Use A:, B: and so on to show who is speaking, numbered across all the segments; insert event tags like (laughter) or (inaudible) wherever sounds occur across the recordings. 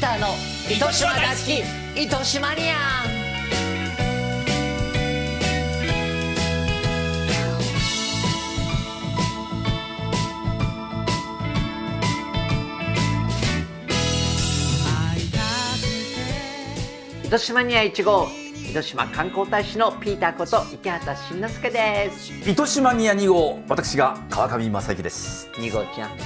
A: ターの糸島大好き糸島ニアン糸島ニア1号糸島観光大使のピーターこと池畑慎之介です
B: 糸島ニア2号私が川上正幸です
A: 2号ちゃん
B: はい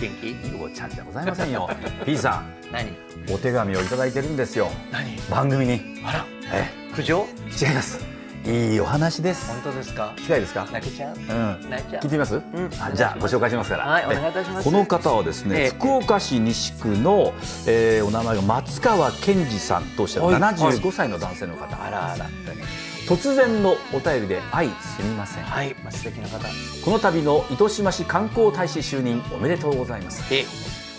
A: 元気
B: ゆごちゃんじゃございませ
A: (laughs)
B: んよ P さん
A: 何
B: お手紙をいただいてるんですよ
A: 何
B: 番組に
A: あら
B: え
A: 苦情
B: え違いますいいお話です
A: 本当ですか
B: 聞きたいですか
A: 泣けちゃう
B: うん
A: 泣いちゃう
B: 聞いてみます、
A: ん
B: あじゃあご紹介しますから
A: はいお
B: え
A: 願いいたします
B: この方はですね、
A: ええ
B: 福岡市西区の、えーお名前が松川健二さんとおっしゃる
A: はい
B: 75歳の男性の方、あらあら突然のお便りで愛すみません
A: はい、まあ、素敵な方
B: この度の糸島市観光大使就任おめでとうございます
A: え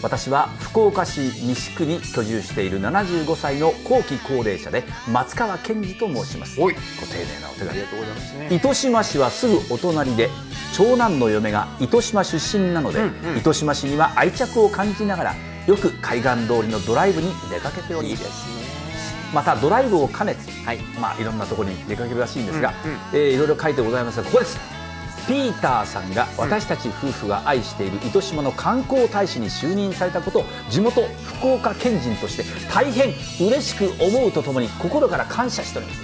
B: 私は福岡市西区に居住している75歳の後期高齢者で松川健二と申しますご丁
A: い
B: 寧なお手
A: あ
B: 紙
A: りがとうございますね
B: 糸島市はすぐお隣で長男の嫁が糸島出身なので、
A: うんうん
B: 糸島市には愛着を感じながらよく海岸通りのドライブに出かけており
A: いい
B: ま
A: ですすね
B: またドライブを兼ねて、
A: はい
B: まあ、いろんなところに出かけるらしいんですが、
A: うんうん
B: えーいろいろ書いてございますがここですピーターさんが私たち夫婦が愛している糸島の観光大使に就任されたことを地元福岡県人として大変嬉しく思うとともに心から感謝しております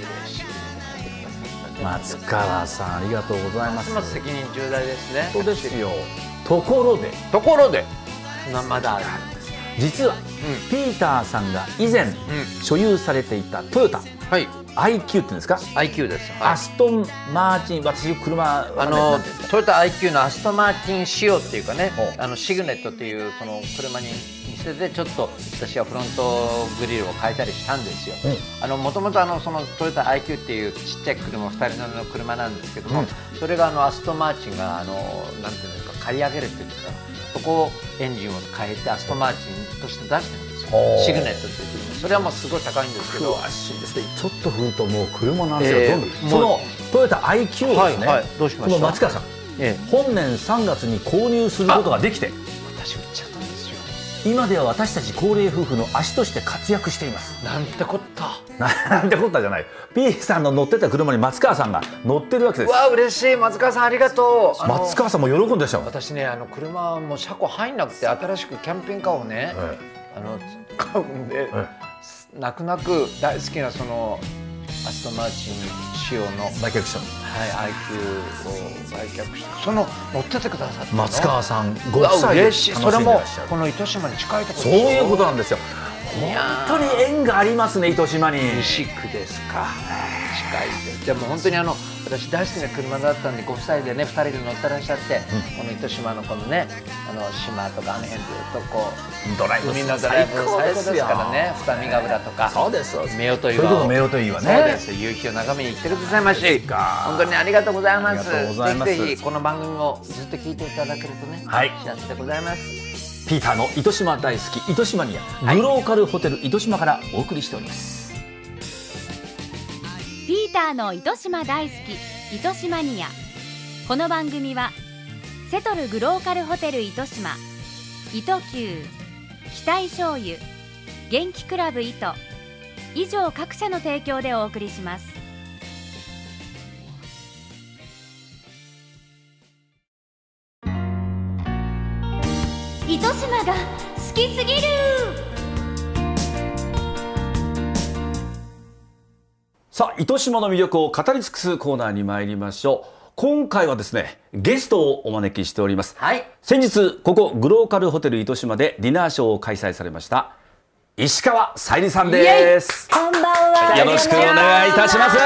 B: 松川さんありがとうございま
A: ます
B: す
A: ます責任重大ですね
B: そうですよところで
A: ところでままだある
B: 実は、ピーターさんが以前、所有されていたトヨタ
A: はい
B: IQ っていうんですか
A: IQ です、はい
B: アストン・マーチン、私、車、
A: あ
B: な
A: の
B: んていうんですか
A: トヨタ IQ のアストンマーチン仕様っていうかね
B: ほう
A: あのシグネットっていうその車に似せてちょっと私はフロントグリルを変えたりしたんですよ
B: うん
A: あのもともとあのそのトヨタ IQ っていうちっちゃい車2人乗りの車なんですけども、
B: うん
A: それがあのアストンマーチンがあのなんていうんですか借り上げるっていうんですかそこをエンジンを変えてアストンマーチンとして出してるんですよ
B: ほう
A: シグネットっていう車それはもうすごい高いんですけど
B: 詳しいですね、ちょっと振ると、もう車の話
A: え
B: が
A: え
B: どんどん、
A: もう
B: そのトヨタ IQ をですね、
A: はいはいどうしました
B: この松川さん、
A: ええ
B: 本年3月に購入することができて、
A: 私売っちゃったんですよ
B: 今では私たち高齢夫婦の足として活躍しています。
A: なんてこった
B: なんてこったじゃない、P さんの乗ってた車に松川さんが乗ってるわけです。
A: わあ嬉しい松川さんありがとうあの
B: 松川さんも喜んでしたもん。
A: 私ねあの車もう車庫入んなくて新しくキャンピングカーをね、
B: え
A: あの買うんで、
B: え
A: 泣く泣く大好きなそのアストンマーチン仕様の、はい、
B: 大客車
A: IQ を売却してその乗っててくださったの
B: 松川さんご
A: うわ
B: 夫妻で楽
A: 嬉
B: し
A: し
B: ん
A: い
B: で
A: それ
B: ら
A: も
B: っしゃる
A: この糸島に近いところ
B: そういうことなん
A: で
B: ですよ
A: いやー
B: 本当に縁がありますね糸島に
A: 西区ですか近いですでも本当にあの私大好きな車だったんでご夫妻でね2人で乗ってらっしゃって、この糸島のこのねあの島とかあの辺ずっとこう
B: ドライブ
A: 海のドライブ最高ですからね二見ヶ浦とか
B: そうですそうです
A: 夫婦
B: それこそ
A: 岩
B: 夫
A: を
B: 婦
A: そ
B: 岩ね
A: うです夕日を眺めに行ってくださいまし
B: か
A: 本当にありがとうございます
B: ありがとうございます
A: ぜひぜひこの番組もずっと聞いていただけるとね、
B: はい
A: 幸せでございます
B: ピーターの糸島大好き糸島にあるグローカルホテル糸島からお送りしております
C: ピーターの糸島大好き糸島ニアこの番組はセトルグローカルホテル糸島糸球期待醤油元気クラブ糸以上各社の提供でお送りします糸島が好きすぎる
B: さあ糸島の魅力を語り尽くすコーナーに参りましょう今回はですねゲストをお招きしております
A: はい
B: 先日ここグローカルホテル糸島でディナーショーを開催されました石川さゆりさんです
D: こんばんは。
B: よろしくお願いいたします
A: どうぞどうぞ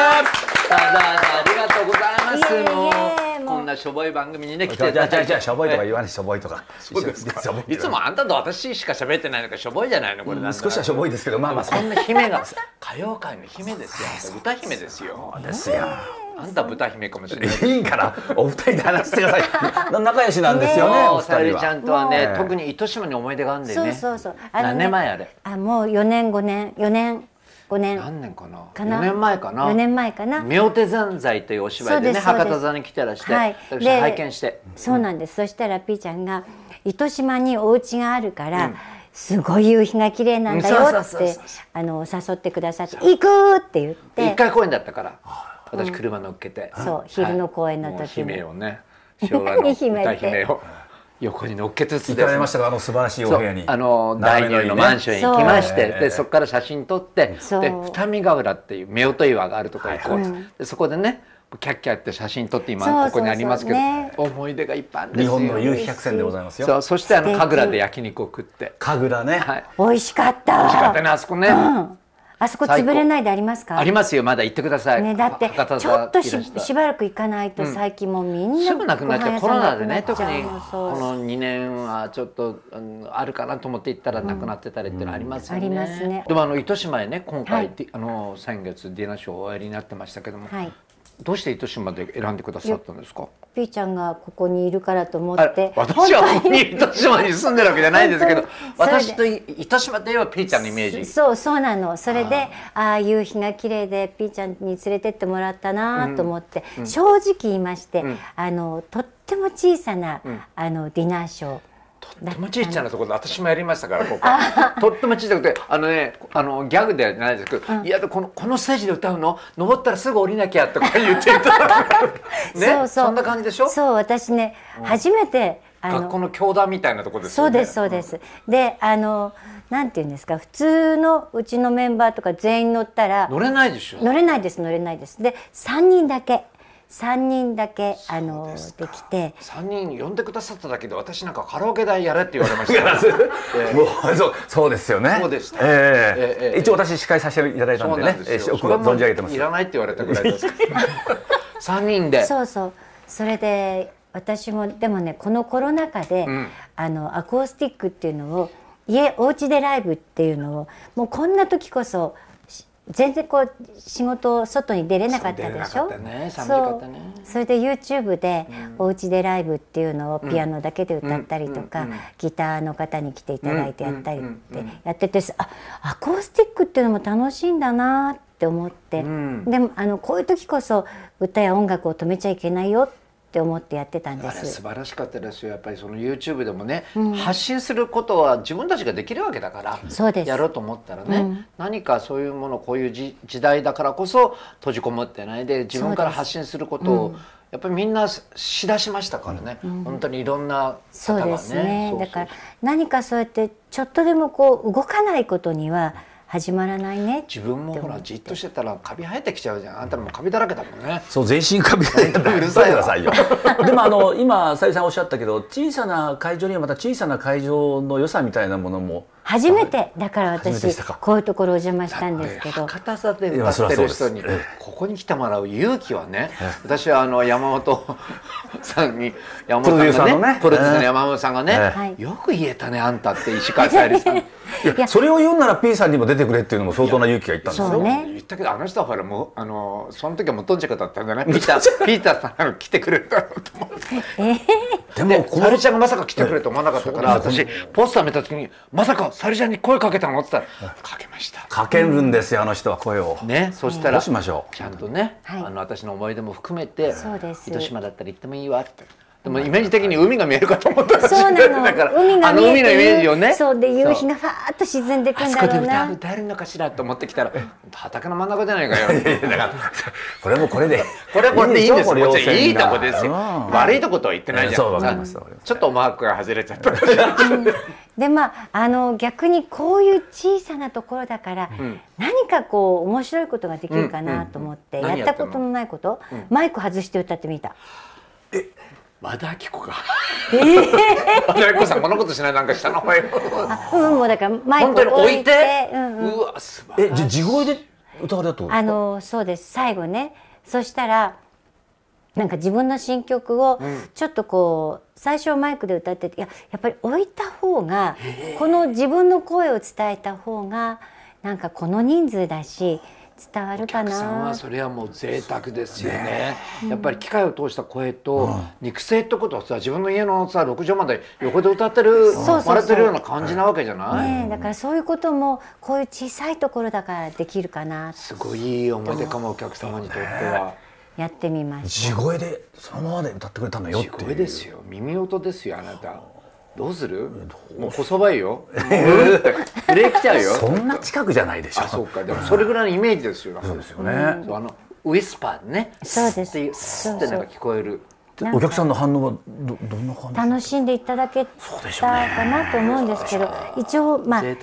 A: ありがとうございます
D: いえいえ
A: もう
D: もう
A: こんなしょぼい番組にね来
B: じ
A: て
B: ゃあ
A: い
B: じ
A: た
B: ゃあじ
A: だ
B: ゃあ
A: い
B: じゃあ
A: て
B: しょぼいとか言わないしょぼいとか
A: そうですか
B: しょぼ
A: いつもあんたと私しか喋ってないのかしょぼいじゃないのこれなんだ
B: 少しはしょぼいですけどまあまあそ
A: そ
B: うん
A: な姫 (laughs) が歌謡界の姫ですよ歌姫ですよ
B: ですよ
A: あんた豚姫かもしれない
B: いいからお二人で話してくださいな (laughs) 仲良しなんですよねお
A: もうさゆ
B: 二
A: り
B: 人
A: ちゃ
B: は
A: んとは
B: も
A: ね
B: う
A: 特に糸島に思い出があるんだよ
D: そう
A: ね
D: そうそう。のね
A: 何年前あれ
D: あ、もう四年五年、四年五年
A: 何年かな
D: かな。
A: 4年前かな
D: 四年前かな。
A: 妙手山在というお芝居でね
D: そうですそうです
A: 博多座に来てらして、
D: はい
A: 私
D: で
A: 拝見して
D: そうなんです。そしたらピーちゃんが糸島にお家があるから、すごい夕日が綺麗なんだ
A: うんそ
D: よ
A: う
D: っ
A: そうそう
D: て
A: そう
D: あの誘ってくださって「行く!」って言って
A: 一回公演だったから私車乗っけて、
D: そう
A: はい
D: 昼の公演の時に
A: もう姫をね昭和の
D: (laughs) 何姫って
A: 歌姫を横に乗っけつつ
B: 行かれましたかあの素晴らしいお
A: そう
B: 部屋に
A: あの大
B: 斜め
A: 名
B: いい
A: の
B: ね
A: マンションへ行きまして、
B: そう
A: でそこから写真撮って、
D: そう
A: で二見ヶ浦っていう夫婦岩があるところに行こうと、
D: はいはい
A: でそこでねキャッキャって写真撮って今
D: そうそうそう
A: ここにありますけど
D: ね
A: 思い出がいっぱいあるんです
B: 日
A: よ
B: 本の夕日百選でございます
A: そ
B: よ
A: うそしてあの
D: 素敵
A: 神楽で焼肉を食って、
B: 神楽ね、
A: はい、
D: 美味しかっ
A: 美
D: た
A: 味しかったねあそこね、
D: うんあそこ潰れないでありますか
A: ありますよまだ行ってください、
D: ね、だって
A: 博多
D: ちょっとし
A: いらした
D: しばらく行かないと最近もうみんな
A: すぐなくなっちゃうコ
D: ご
A: ロ
D: 飯屋さ
A: ナ
D: ん
A: でね
D: なく
A: 特
D: なっちゃう
A: に
D: のそう
A: この2年はちょっと、うんあるかなと思って行ったらなくなってたりっていうのありますよね、
D: うんありますね
A: でもあの糸島へね今
D: は
A: 回、
D: い
A: ディあの先月ディナーショーをおやりになってましたけども、
D: はい
A: どうして糸島で選んでくださったんですか
D: ピーちゃんがここにいるからと思
A: あ
D: って
A: 私はここに (laughs) 糸島に住んでるわけじゃないんですけど
D: 本当に
A: 私とい糸島といえばピーちゃんのイメージ
D: そうそうなのそれでああ夕日が綺麗でピーちゃんに連れてってもらったなと思って、正直言いまして、
A: ん
D: あのとっても小さな、あのディナーショー
A: とってもちいちゃなところで私もやりましたからこことってもちいちゃくてあのねあのギャグではないですけど、いやこのこのステージで歌うの登ったらすぐ降りなきゃとか言っていたからね
D: そうそう
A: そんな感じでしょ
D: そう私ね、初めてあ
A: 学校の教団みたいなところです
D: そ
A: よ
D: う
A: ね
D: ですそうです、であのなんていうんですか普通のうちのメンバーとか全員乗ったら
A: 乗れないでしょ
D: 乗れないです乗れないですで3人だけ3人だけあのできて
A: 三人呼んでくださっただけで私なんかカラオケ代やれって言われましたからええ
B: もうそうそうですよね
A: そうでした
B: ええ
A: ええ
B: 一応私司会させていただいたん
A: そう
B: で
A: な
B: ね
A: ん
B: え
A: で
B: え
A: すよ
B: 僕が存じ上げてま
A: そ
B: す
A: れもいらないって言われたぐらいですから
D: (laughs)
A: 三人で
D: そうそうそれで私もでもねこのコロナ禍で、あのアコースティックっていうのを家お家でライブっていうのをもうこんな時こそし全然こう仕事外に出れなかったでし
A: そう
D: ょ
A: 出れなかったね寒
D: そ
A: か
D: う
A: ったね
D: それで YouTube でお家でライブっていうのをピアノだけで歌ったりとか、ギターの方に来ていただいてやったりってやってて、あアコースティックっていうのも楽しいんだなって思って、でもあのこういう時こそ歌や音楽を止めちゃいけないよって思ってやってたんで
A: あれ素
D: す。
A: 晴らしかったですよやっぱりその YouTube でもね、発信することは自分たちができるわけだから
D: そうです
A: やろうと思ったらね、何かそういうものこういうじ時代だからこそ閉じこもってないで自分から発信することを、やっぱりみんなしだしましたからね、本当にいろんな方
D: そう
A: がね
D: ですね
A: そうそう
D: だから何かそうやってちょっとでもこう動かないことには始まらないね
A: 自分もほらじっとしてたらカビ生えてきちゃうじゃんあんたもうカビだらけだもんね
B: そう全身カビだった
A: うるさいわ
B: くださいよでもあの今さゆりさんおっしゃったけど小さな会場にはまた小さな会場の良さみたいなものも
D: 初めてだから
B: 初めてで
D: 私
B: したか
D: こういうところお邪魔したんですけど
A: 博多座で歌ってる人に
B: いやそりゃそうです
A: ここに来てもらう勇気はね私はあの山
B: (laughs)
A: 本さんに山
B: プロデュ
A: 本
B: ーサ
A: さんが
B: ーのね
A: ねプロデューサーの山本さんが
D: は
A: ね
D: い
A: よく言えたねあんたって石川さゆりさん
B: いやそれを言うなら P さんにも出てくれっていうのも相当な勇気がいったんです
D: (laughs) そう
B: よ
D: ね
A: 言ったけどあの人はほらもうあのその時はもうとんちゃかだったんじ
B: (laughs)
A: ゃないピーターピーターさんが来てくれるだろうと思ってで
B: でもこ
A: さゆりちゃんがまさか来てくれると思わなかったから
B: そう
A: 私ポスター見た時にまさかさゆりちゃんに声かけたのって言ったらかけました
B: かけるんですよあの人は声を
A: ね、そしたら、
B: どうしましょう
A: ちゃんとね、
D: はい
A: あの私の思い出も含めて
D: そうです
A: 糸島だったら行ってもいいわってでもイメージ的に海が見えるかと思ったら
D: そうなの。
A: (laughs) だから
D: 海が
A: あの
D: 見えて
A: 海のイメージをね
D: そうで夕日
A: そう
D: がファーッと沈んでいく
A: あ
D: ん
A: そ
D: だ
A: こで
D: ろう
A: 歌
D: な。
A: 歌えるのかしらと思ってきたら畑の真ん中じゃないかよ
B: これもこれで
A: (laughs) これはこれでいいんですよこっちはいいとこですよ
B: うん
A: 悪いとことは言ってないじゃん、
B: そうわかりますわかります
A: ちょっとマークが外れちゃった
D: でまああの逆にこういう小さなところだから、何かこう面白いことができるかなと思って、
A: うんうんうん
D: やったことのないこと、マイク外して歌ってみた。
A: 和田アキ子が、和田アキ子さんこのことしないなんかしたの
D: うんもうだからマイ
A: 本
D: ク
A: 当に
D: を置
A: 置
D: い
A: い
D: て
A: て、、
D: うんうん
A: うわ素晴らしい
B: えじゃあ地声で歌われたってことですか
D: あのそうです最後ねそしたらなんか自分の新曲をちょっとこう、最初はマイクで歌ってていややっぱり置いた方がこの自分の声を伝えた方がなんかこの人数だし伝わるか
A: お客さん
D: な
A: はそれはもう贅沢ですよねやっぱり機械を通した声と肉声ってことはさ自分の家のさ6畳まで横で歌ってる
D: そうそうそう
A: 笑ってるような感じなわけじゃない、
D: ねえだからそういうこともこういう小さいところだからできるかな
A: すごいいい思い出かもお客様にとっては
D: やってみました
B: 地声でそのままで歌ってくれたのよっ
A: す
B: ていう
A: ごいですよ耳音ですよあなたどうするもう細ばい
D: (laughs)
A: ようんって震えきちゃうよ
B: そんな近くじゃないでしょ
A: あそうかでもそれぐらいのイメージですよ
B: そうですよね、
A: そうあのウィスパーでね
D: そうです
A: スッてスッてなんか聞こえる
D: なんか
B: お客さんの反応はどどんな感じ
D: 楽しんでいただけ
B: うで
D: た
B: しょうね
D: かなと思うんですけど、一応まあ
A: 贅
D: い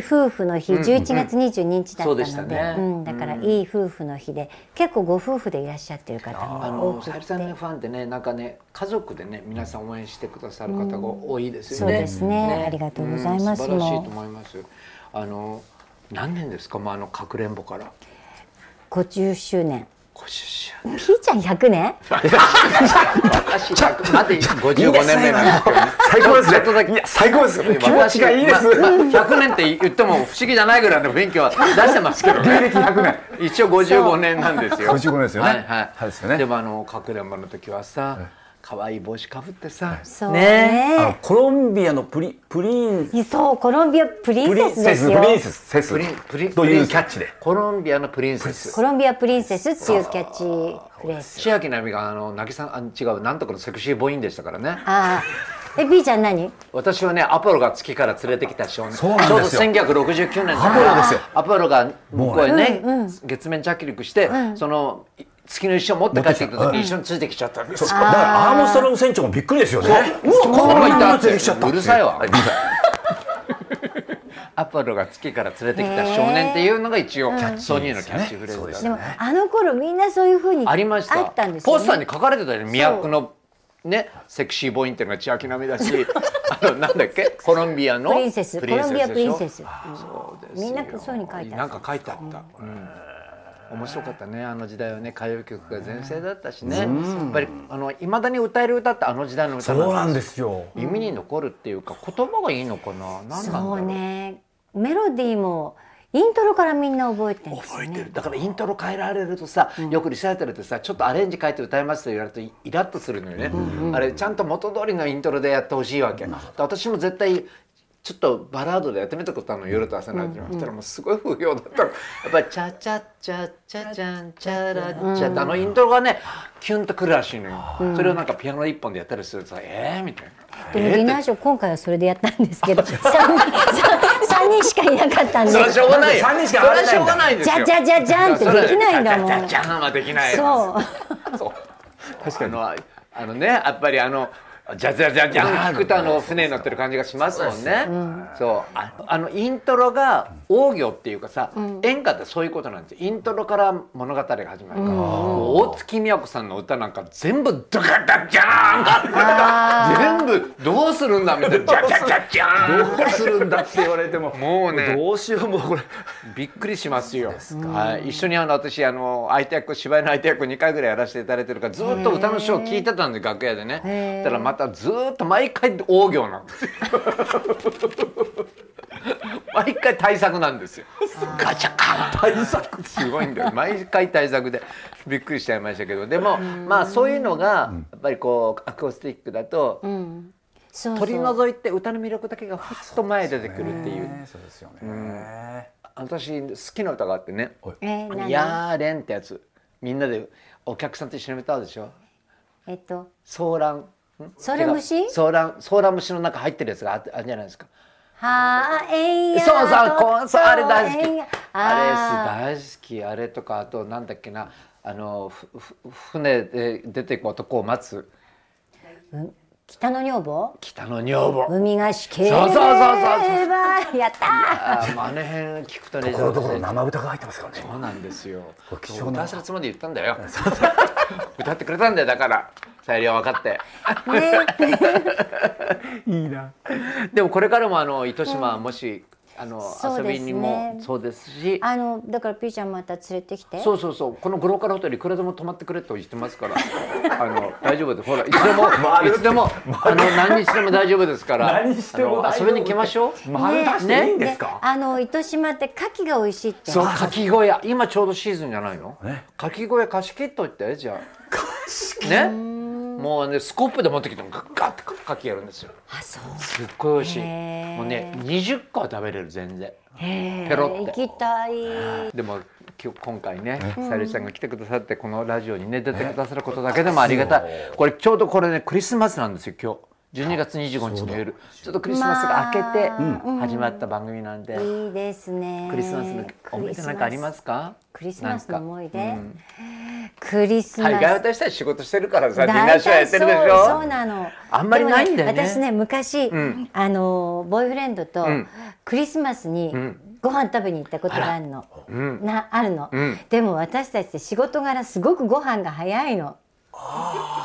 A: 沢
D: い夫婦の日、11月22日だった
A: そう
D: の
A: で
D: で、
A: した
D: うん
A: ね
D: だからいい夫婦の日で結構ご夫婦でいらっしゃってる方
A: あ
D: も多
A: の
D: く
A: さゆ
D: て
A: りさんのファンってねなんかね家族でね皆さん応援してくださる方が多いですよね。
D: そうですねありがとうございます
A: うん素晴らし
D: も
A: いうと思います。あの何年ですかもうあのかくれんぼから
D: 50周年
A: 50周
D: ピーちゃん100年
A: 私100まで55
B: いいですね
A: 年目なんですけどね。
B: 最高で
A: ち
B: すね
A: ょっとだけ
B: いや最高です気持ちがいいです、
A: まあ100年って言っても不思議じゃないぐらいの雰囲気は出してますけどね。
B: (laughs) 芸歴100年
A: 一応55年なんですよ。
B: 55年ですよね
A: はいはい。
B: そうですよね
A: でもあのかくれんぼの時はさ、可愛い帽子かぶってさ、
D: そうね
B: あのコロンビアのプリプリン
D: そうコロンビアプリン
B: プリン
D: セス
B: セスプ
D: ですよ
B: リンセスセス
A: プリンプリン
B: というキャッチで
A: コロンビアのプリンセス
D: コ。ロンビアプリンセスっていうキャッチフレーズ
A: 千秋奈美があの渚あ違うなんとかのセクシーボインでしたからね。
D: ああえピーちゃん何
A: 私はねアポロが月から連れてきた少年。
B: そうなんですよ
A: ちょうど1969年
B: アポロですよ。
A: アポロが向こうへね
D: もうねうんうん
A: 月面着陸して、そのい月の石を持って帰ってきた時、一緒についてきちゃったんです
B: そう。だからアームストロング船長もびっくりですよねうわ
A: この子いたっ
B: 出てきちゃ
A: て
B: った
A: うるさいわ。アポロが月から連れてきた少年っていうのが一応ソニーのキャッチフレーズだったんです
D: でもあの頃みんなそういうふうに
A: ありました。
D: あったんですよ、ね、
A: ポスターに書かれてたよね。魅惑のね、セクシーボーインっていうのが千秋奈美だし、 (laughs) あのなんだっけ、コロンビアの
D: プリンセスコロンビアプリンセ
A: ス
D: ス
A: でしょ。そうです
D: み
A: よ
D: んなそうに書いてあ
A: な
D: っ
A: ん
D: た
A: か書いてあった。うん面白かったねあの時代はね歌謡曲が全盛だったしねやっぱりあの未だに歌える歌ってあの時代の歌
B: そうなんですすよ
A: 耳に残るっていうか言葉がいいのかな何なんだろ
D: そううねメロディーもイントロからみんな覚えてるんですよ
A: 覚え
D: ね
A: てるだからイントロ変えられるとさ、よくリサイタルでさちょっとアレンジ変えて歌いますと言われるとイイラッとするのよね、あれちゃんと元通りのイントロでやってほしいわけ、で私も絶対ちょっとバラードでやってみたことあるの夜と朝の味、うしたらもうすごい不評だったのやっぱり「チャチャチャチャチャンチャラチャ」ってあのイントロがねキュンとくるらしいのよ、それをなんかピアノ一本でやったりするとさ「えー?」みたいな。
D: でもディナーショー今回はそれでやったんですけど 3, 人三人しかいなかったんで
A: それはしょうがないよ。
B: 三人しか
A: それ
B: 入
A: は
B: れないん
A: しょうがないんで
B: だ
A: す
D: じ
A: よ。
D: ゃじゃじゃじゃんってできないんだもん
A: じゃじゃじゃんはできない。
D: そう
A: そう。確かにあのあのねやっぱりあの。ジャジャジャジャン聞くとあの船に乗ってる感じがしますもんね。そうああのイントロが大行っていうかさ、演歌ってそういうことなんですよ。イントロから物語が始まるから、大月みやこさんの歌なんか全部ドカダジャーン全部どうするんだみたいなジャジャジャジャーン
B: どうするんだって言われても
A: もうね
B: どうしようもうこれ
A: びっくりしますよ。はい、一緒にあの私あの相手役芝居の相手役2回ぐらいやらせていただいてるからずっと歌のショー聞いてたんで楽屋でね。
D: へー
A: たらまたずっと毎回大行なんですよ。毎回対策なんですよ。ガチャカン対策すごいんだよ。毎回対策でびっくりしちゃいましたけど、でもまあそういうのがやっぱりこうアコースティックだと
D: うんそう
A: 取り
D: そう
A: 除いて歌の魅力だけがふっと前に出てくるっていう。
B: そうですよね
A: 私好きな歌があってね。
D: えー何
A: ヤーレンってやつみんなでお客さんと一緒に歌うでしょ
D: えっと
A: ソーラン
D: ソーラン節
A: ソーランソーラン虫の中入ってるやつがああるじゃないですか
D: はーえんや
A: そうそう
D: と
A: こうそうあれ大好
D: えん
A: き
D: やあ
A: あれ大好きあれとかあとなんだっけなあのふふ船で出てく男を待つ
D: ー北の女房
A: 北の女房
D: 海がしければ
A: そうそうそう
D: やったー
A: あーもうあの辺聞くとね
B: ところどころ生歌が入ってますからね
A: そうなんですよ
B: これ貴重な
A: 歌わせるつもりで言ったんだよ (laughs) 歌ってくれたんだよだからさゆりは分か
D: (laughs)
A: って
D: ね、
B: いいな
A: でもこれからもあの糸島もし、あの
D: そう
A: 遊
D: ですね
A: びにもそうですし。
D: あのだからピーちゃんまた連れてきて
A: そうそうそうこのグローカルホテルいくらでも泊まってくれと言ってますから (laughs) あの大丈夫ですほらいつ
B: (laughs)
A: でも
B: 回
A: い
B: る
A: つでもあの何日でも大丈夫ですから
B: 何しても
A: あ
B: 大
A: の遊
B: 丈夫
A: びに来ましょう、
B: 丸出していいんです
D: ね
B: か
D: あの糸島って牡蠣が美味しいって
A: そうかき小屋今ちょうどシーズンじゃないの、
B: ね
A: かき小屋貸し切っといてじゃあ貸し切ねもうねスコップで持ってきてもガッガッてかきやるんですよ
D: あそう
A: すっごい美味しい
D: へー
A: もうね20個は食べれる全然
D: へー
A: ペロって
D: 行きたい
A: でも今日今回ねさゆりさんが来てくださってこのラジオにね出てくださることだけでもありがたいこれちょうどこれねクリスマスなんですよ今日12月25日の夜ちょっとクリスマスが明けて始まった番組なんで、
D: いいですね
A: クリスマスの思い出なんかありますか
D: クリスマスの思い出、
A: なんかうん
D: クリスマス、
A: 大概私たち仕事してるからさディナー
D: 大
A: ショーや
D: 体
A: ってるでしょ
D: そうそうなの
A: あんまりないんだよね
D: でも私ね昔、
A: ん
D: あのボーイフレンドと
A: ん
D: クリスマスに
A: ん
D: ご飯食べに行ったことがあるの、
A: うん
D: なあるの、
A: うん
D: でも私たちって仕事柄すごくご飯が早いの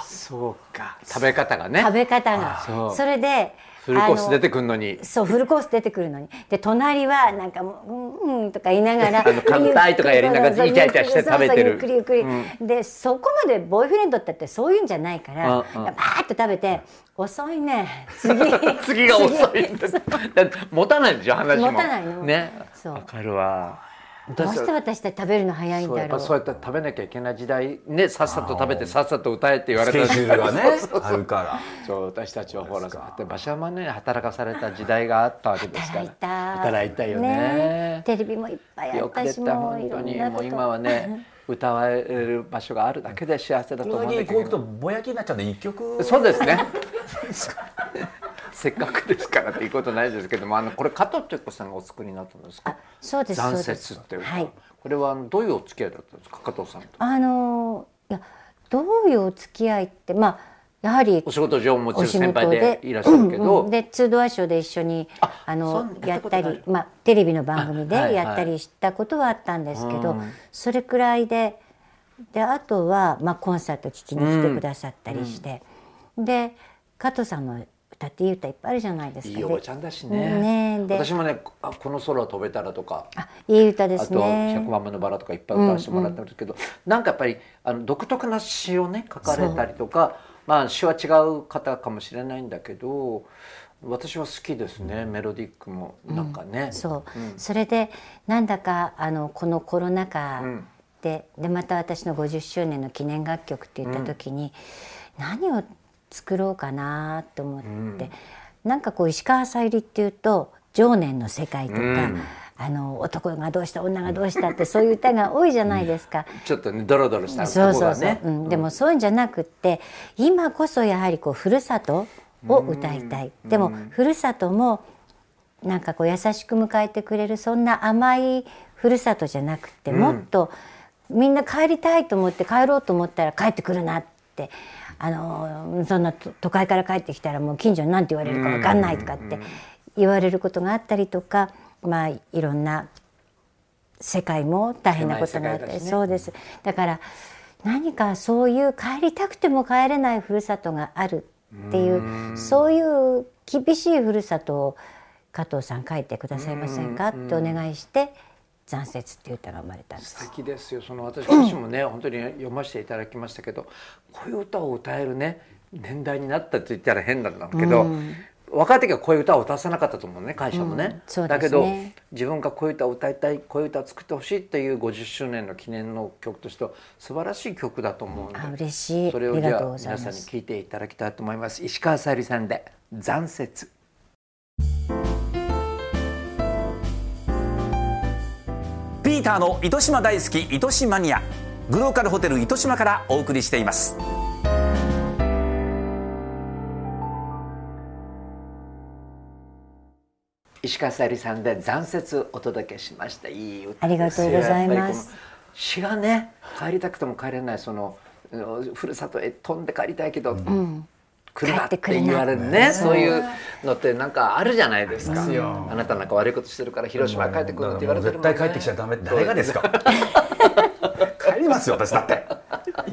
A: そうか食べ方がね
D: 食べ方が
A: そう
D: れで
A: フルコー
D: あ
A: ス
D: の
A: 出てくんのに
D: そうフルコース出てくるのにで隣はなんかもう「うんうん」とか言いながら
A: (laughs) あの乾杯とかやりながら
D: そうそう
A: イチャイチャして食べてる
D: そうそうゆっくりゆっくり、でそこまでボーイフレンドだってそういうんじゃないから
A: うんう
D: バ
A: ん
D: ーッと食べて「遅いね次
A: (laughs) 次が遅
D: (laughs)
A: いんだだって持たないでしょ話も
D: 持たないの
A: ね
D: そう
A: わかるわ
D: どうして私って食べるの早いん
A: そうや
D: だ
A: っぱ
D: ろ
A: そう
D: う
A: やって食べなきゃいけない時代ねさっさと食べてさっさと歌えって言われ
B: ス
A: た
B: ケジュールがね
A: そうそう
B: あるから
A: そう私たちはほらだって馬車馬ね働かされた時代があったわけですから
D: 働いた
A: 働いたよね
D: ねテレビもいっぱいあ
A: よ
D: っ
A: く
D: た
A: 出
D: したもう
A: 本
D: い
A: 当
D: ろ
A: に
D: んな
A: も
D: こ
A: う
D: と
A: 今は (laughs) ね歌われる場所があるだけで幸せだと思うんだ
B: に
A: け
B: こういくと
A: ど
B: ぼやきになっちゃうんで一曲
A: そうです (laughs) ねせっかくですからっていうことないですけどもあのこれ加藤哲子さんがお作りになったんですか
D: そうですそう
A: 残
D: です
A: 雪っていう
D: はい
A: かこれはあのどういうお付き合いだったんですか加藤さんと
D: あのいやどういうお付き合いってまあやはり
A: お仕事上も
D: お
A: ち
D: 仕
A: ろん先
D: 事
A: 輩
D: で
A: でいらっしゃるけ
D: うんう
A: ど
D: んでツードアショーで一緒にあ
A: そ
D: の
A: んな
D: や
A: やっ
D: った
A: たことがあ
D: り
A: る、
D: まあ、テレビの番組で
A: あはい
D: やったりしたことはあったんですけど、
A: うん
D: それくらいでであとは、まあ、コンサート聴きに来てくださったりして、で加藤さんの歌っていい歌いっぱいあるじゃないですか。
A: いいおばちゃんだしね
D: ねえで
A: 私もねあこの空を飛べたらとか
D: あいい歌で
A: あ
D: す
A: と「
D: ね
A: 100。万目のバラ」とかいっぱい歌わせてもらったんですけど、なんかやっぱりあの独特な詩をね書かれたりとかまあ詩は違う方かもしれないんだけど私は好きですね、メロディックもなんかね。
D: そう、
A: うん
D: それでなんだかあのこのコロナ禍
A: うん
D: で,、でまた私の50周年の記念楽曲って言った時に、何を作ろうかなと思って、なんかこう石川さゆりっていうと情念の世界とか、
A: うん
D: あの男がどうした女がどうしたってそういう歌が多いじゃないですか。
A: ちょっとねドロドロしたとこ
D: そう
A: ろ
D: そう
A: が
D: そう
A: ね、
D: うん、でもそういうんじゃなくって今こそやはりこうふるさとを歌いたい、でもふるさともなんかこう優しく迎えてくれるそんな甘いふるさとじゃなくって、もっとみんな帰りたいと思って帰ろうと思ったら帰ってくるなってあのそんな都都会から帰ってきたらもう近所に何て言われるか分かんないとかって言われることがあったりとか、まあいろんな世界も大変なことがあって、
A: 狭い世界だしね
D: そうですだから何かそういう帰りたくても帰れないふるさとがあるっていうそういう厳しいふるさとを加藤さん書いてくださいませんかってお願いして「残雪」っていう歌が生まれたんです。
A: 素敵ですよその私自身もね本当に読ませていただきましたけどこういう歌を歌えるね年代になったって言ったら変なんだけど、若い時はこういう歌を歌わさなかったと思うね会社もね,、
D: うんそう
A: だ
D: ですね
A: けど自分がこういう歌を歌いたいこういう歌を作ってほしいという50周年の記念の曲としては素晴らしい曲だと思うんで
D: あ嬉しい
A: そ
D: あ
A: れを
D: り
A: じ
D: が
A: ゃ
D: とう
A: あ
D: ござ
A: 皆
D: い
A: さ
D: ま
A: んに
D: す。
A: 聞いていただきたいと思います石川さゆりさんで「残雪」
B: ピーターの糸島大好き糸島ニアグローカルホテル糸島からお送りしています
A: 石川さゆりさんで残雪をお届けしましたいい歌
D: ありがとうございます
A: やっぱりこの詩がね帰りたくても帰れないそのうんふるさとへ飛んで帰りたいけど、来るなっ
D: 帰っててくれない
A: 言われるねそういうのってなんかあるじゃないですかあなたなんか悪いことしてるから広島へ帰ってくるって言われてるもんね
B: 絶対帰ってきちゃダメ誰がですか帰りますよ私だって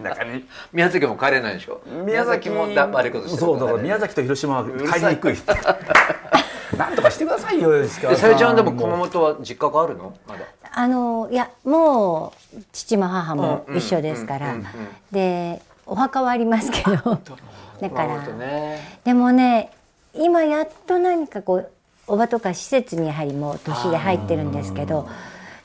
B: 田舎に
A: 宮崎も帰れないでしょ宮崎もだ悪いことしてる
B: そう
A: ら
B: だから
A: ね
B: 宮崎と広島は帰りに (laughs) くいなんとかしてくださいよ石川
A: で
B: さ
A: さ
B: ん
A: ゆりちゃんはでも熊本は実家があるのまだ
D: あのいやもう父も母も
A: うん
D: 一緒ですか
A: う
D: ら、
A: んうんうん
D: でお墓はありますけどだか
A: 熊
D: ら
A: 本。ね
D: でもね今やっと何かこうおばとか施設にやはりもう年で入ってるんですけど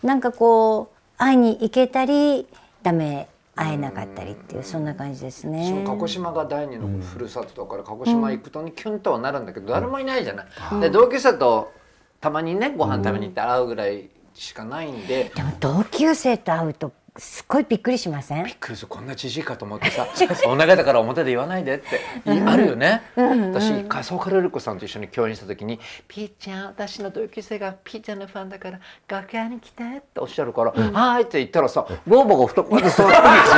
D: なんかこう会いに行けたりダメ会えなかったりっていうそんな感じです
A: そう
D: ね。
A: 鹿児島が第二のふるさとだから鹿児島行くとねキュンとはなるんだけど誰もいないじゃない、で同級生とたまにねご飯食べに行って会うぐらいしかないんで、
D: でも同級生と会うとすっごいびっくりしません
A: びっくりするこんなじじいかと思って (laughs) さお腹だから表で言わないでっていあるよね私一回ソーカルルコさんと一緒に共演した時に「ピーちゃん私の同級生がピーちゃんのファンだから楽屋に来て」っておっしゃるから「はーい」って言ったらさローボが太くなって座ってるんですよも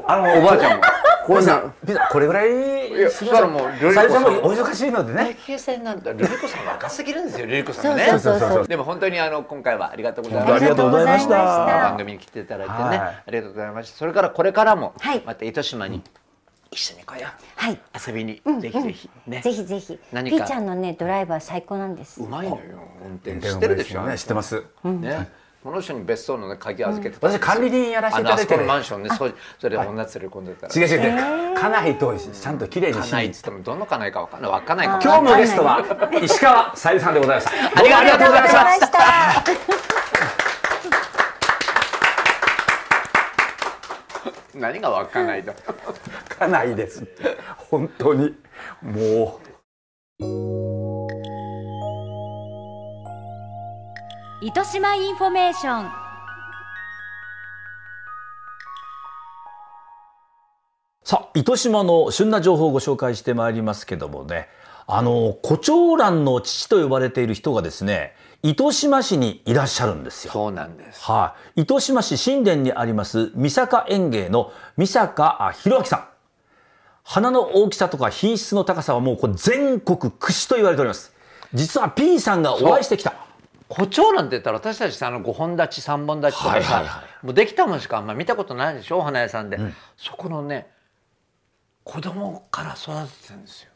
A: うあのおばあ (laughs) ちゃんも。こんな
B: ピザこれぐらい
A: いやそしたらもう
B: さゆりさんも
A: ルリ
B: お忙しいので
A: 同
B: ね
A: 級生なんだルリコさん若すぎるんです (laughs) よルリコさんね
D: そうそうそうそう
A: でも本当にあの今回はありがとうございま
B: 本
A: し
B: 当
A: た
B: ありがとうございました
D: ありがとうございました
A: 番組に来ていただいてね、
B: はい
A: ありがとうございましたそれからこれからも、
D: はい
A: また糸島に一緒に来よ
D: はい。
A: う遊びに、ぜひぜひね
D: ぜひぜひ。ピ
A: 何か
D: ーちゃんのねドライバー最高なんです
A: う。まいのよ運転知ってるでしょ
B: ね知ってます
A: ねこの人に別荘のね鍵預けてたんで
B: 私
A: すよ
B: 管理人やらせて
A: あ
B: い
A: の
B: た
A: あ
B: だ
A: そ
B: い
A: こ
B: て
A: の
B: る
A: マンションねそうそれで女連れ込んでたら
B: 違う違う違う家内とちゃんと綺麗に
A: 家
B: し
A: 内っつってもどの家内かわかんないわかんないかも
B: 今日のゲストは石川さゆりさんでございました
A: ありがありがとうございました
D: ありがとうございました。
A: 何がわかんないと
B: 家内ですって本当にもう
C: 糸島インフォメーション
B: さあ糸島の旬な情報をご紹介してまいりますけどもねあの胡蝶蘭の父と呼ばれている人がですね糸島市にいらっしゃるんですよ
A: そうなんです
B: はい、糸島市新田にあります三坂園芸の三坂あ弘明さん。花の大きさとか品質の高さはもうこれ全国屈指と言われております。実は P さんがお会いしてきた。
A: 胡蝶なんて言ったら私たちさあの5本立ち3本立ちとかさ、
B: はいはいは
A: もうできたもんしかあんま見たことないでしょお花屋さんで、そこのね子供から育ててるんですよ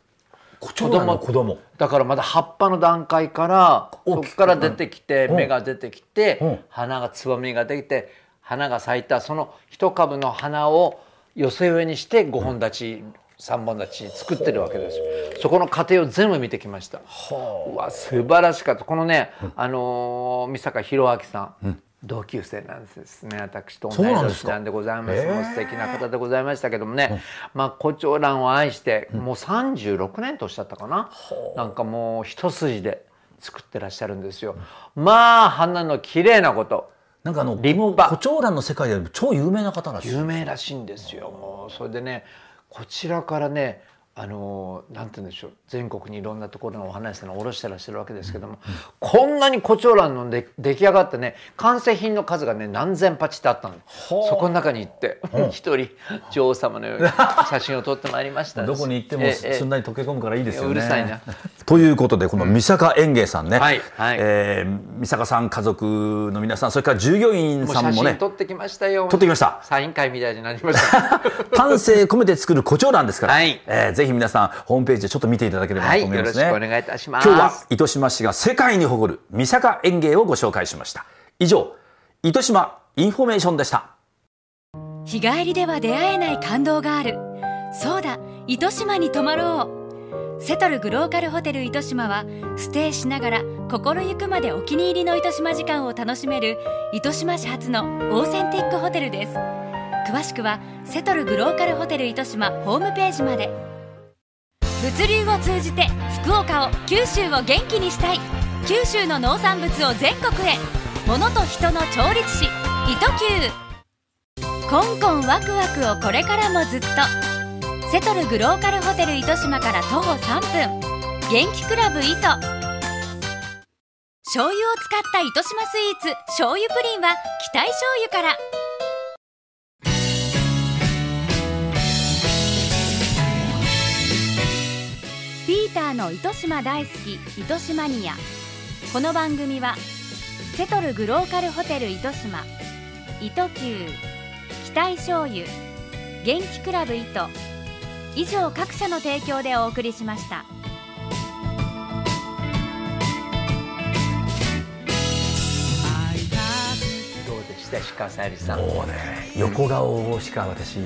B: 子
A: 供の
B: 子供。
A: だからまだ葉っぱの段階からそこ
B: 大きく
A: から出てきて
B: うん
A: 芽が出てきて、
B: うん
A: 花がつぼみができて花が咲いたその一株の花を寄せ植えにして5本立ち、三本立ち作ってるわけですよそこの過程を全部見てきましたうわ素晴らしかったこのね、あのー、三坂弘明さん、同級生なんですね私と同い
B: そうなんで
A: 年
B: すか
A: なんでございます
B: へー
A: もう素敵な方でございましたけどもね、まあ胡蝶蘭を愛してもう36年とおっしゃったかな、なんかもう一筋で作ってらっしゃるんですよ、まあ花の綺麗なこと
B: なんかあの
A: 立派
B: 胡蝶蘭の世界でも超有名な方らしい。
A: 有名らしいんですよもうそれでねこちらからねあのなんて言うんでしょう全国にいろんなところのお花屋さんを卸してらっしゃるわけですけども、こんなに胡蝶蘭ので出来上がったね完成品の数がね何千パチってあったの
B: あ
A: そこの中に行って、 (laughs) 一人女王様のように
B: (laughs)
A: 写真を撮ってまいりました
B: どこに行っても
A: ええ
B: すんなり溶け込むからいいですよね。
A: うるさいな。
B: (laughs) ということでこの三坂園芸さんね、
A: はいはい
B: えー三坂さん家族の皆さんそれから従業員
A: もう
B: さん
A: 写
B: もね
A: 真撮ってきましたよ
B: 撮ってきました
A: サイン会みたいになりました
B: (laughs) 丹精込めて作る胡蝶蘭ですから、
A: はい
B: えーぜひ皆さんホームページでちょっと見ていただければ
A: は
B: と
A: い
B: 思い
A: よ
B: ま
A: ろ
B: す
A: し
B: ね、
A: くお願いいたします
B: 今日は糸島市が世界に誇る三坂園芸をご紹介しました以上糸島インフォメーションでした
C: 日帰りでは出会えない感動があるそうだ糸島に泊まろうセトルグローカルホテル糸島はステイしながら心ゆくまでお気に入りの糸島時間を楽しめる糸島市発のオーセンティックホテルです詳しくはセトルグローカルホテル糸島ホームページまで物流を通じて福岡を九州を元気にしたい九州の農産物を全国へ物と人の調律師糸球コンコンワクワクをこれからもずっとセトルグローカルホテル糸島から徒歩3分元気クラブ糸醤油を使った糸島スイーツ醤油プリンは期待醤油からピーターの糸島大好き糸島ニアこの番組はセトルグローカルホテル糸島糸球期待醤油元気クラブ糸以上各社の提供でお送りしました。
A: どうでした石川さゆりさん
B: もうね横顔しか私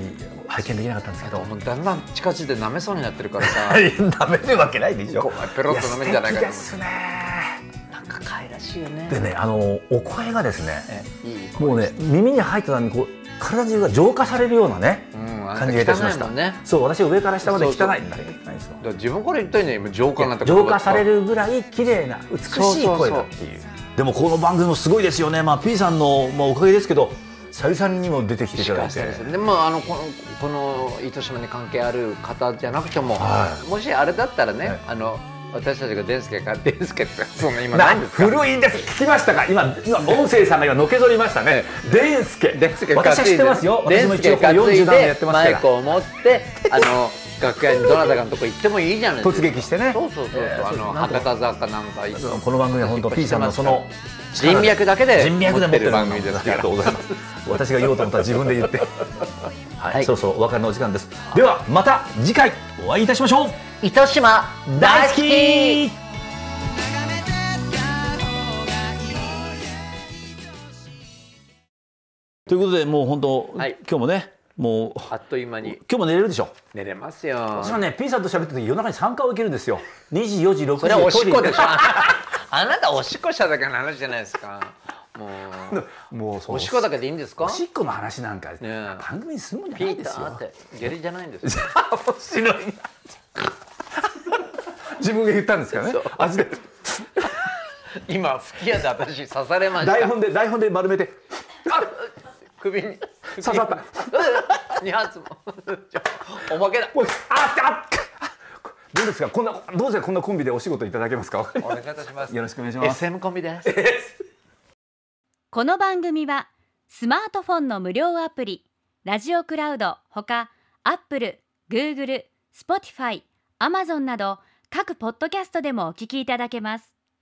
B: 拝見できなかったんですけど
A: もうだんだん近づいて舐めそうになってるからさ
B: 舐めるわけないでしょ
A: こうペロッと舐めるんじゃないかと思
B: や
A: う
B: 素敵ですね
A: なんか可愛らしいよね
B: でねあのお声がですね
A: えいい声
B: もうね耳に入ったためにこう体中が浄化されるようなね、
A: うん
B: 感じがいたしまし
A: あ
B: た、
A: んた汚いもんね
B: そう私は上から下まで汚い
A: そうそう
B: なんだけど汚いんですよ
A: だから自分から言ったよね今浄化になった言葉
B: 浄化されるぐらい綺麗な美しい声だっていうでもこの番組もすごいですよねまあ P さんの、まあ、おかげですけどさゆりさんにも出てきていただいて
A: ですねでもあのこのこの糸島に関係ある方じゃなくても、もしあれだったらね、
B: はい
A: あの私たちがデンスケかデンスケって (laughs) その今
B: な
A: 何ですか
B: 古いです聞きましたか今今音声さんが今のけぞりましたねデンスケ
A: デンスケ
B: 私は知ってますよ私
A: デ
B: も
A: ンスケ
B: 一応こう
A: 担
B: 47
A: い
B: 年
A: で
B: やってます
A: マ
B: か
A: イ
B: ら
A: クを持ってあ
B: (laughs)
A: の楽屋にどなたかのとこ行ってもいいじゃないです
B: 突
A: か
B: 撃してね
A: そうそうそうそう、
B: えー
A: あの
B: なんと
A: 博多座かなんか行く
B: この番組は本当 P さんのその
A: 人脈だけで
B: 人脈で持ってる
A: 番組ですから
B: ありがとうございます私が言おうと思ったら自分で言ってはい、そろそろお別れのお時間ですではまた次回お会いいたしましょう
A: 糸島大好き
B: ということでもう本当、
A: はい
B: 今日もねもう
A: あっという間に
B: 今日も寝れるでしょ
A: 寝れますよ
B: 私はね P さんと喋ってる時夜中に3回起きるんですよ2時4時6時
A: それはおしっこでしょ
B: トイレ
A: (laughs) あなたおしっこしただけの話じゃないですかも
B: (laughs)
A: う (laughs)
B: にもうそう
A: おしっこだけでいいんですか
B: おしっこの話なんか、
A: え
B: 番組にするもんじ
A: ピ
B: ゃない
A: ー
B: で
A: タ
B: す
A: ー
B: よ
A: って下痢じゃないん
B: (laughs)
A: ですよ
B: 面白いな (laughs) 自分が言ったんですからね味で
A: 今吹き矢で私刺されました
B: 台本で台本で丸めて
A: 首に
B: 刺さった
A: (laughs) 二発も (laughs) おまけだ
B: これあああどうですかこんなどうですかこんなコンビでお仕事いただけますか
A: お願いいたします
B: よろしくお願いします
A: SM コンビです
C: この番組はスマートフォンの無料アプリラジオクラウドほかアップル、グーグル、スポティファイ、アマゾンなど各ポッドキャストでもお聞きいただけます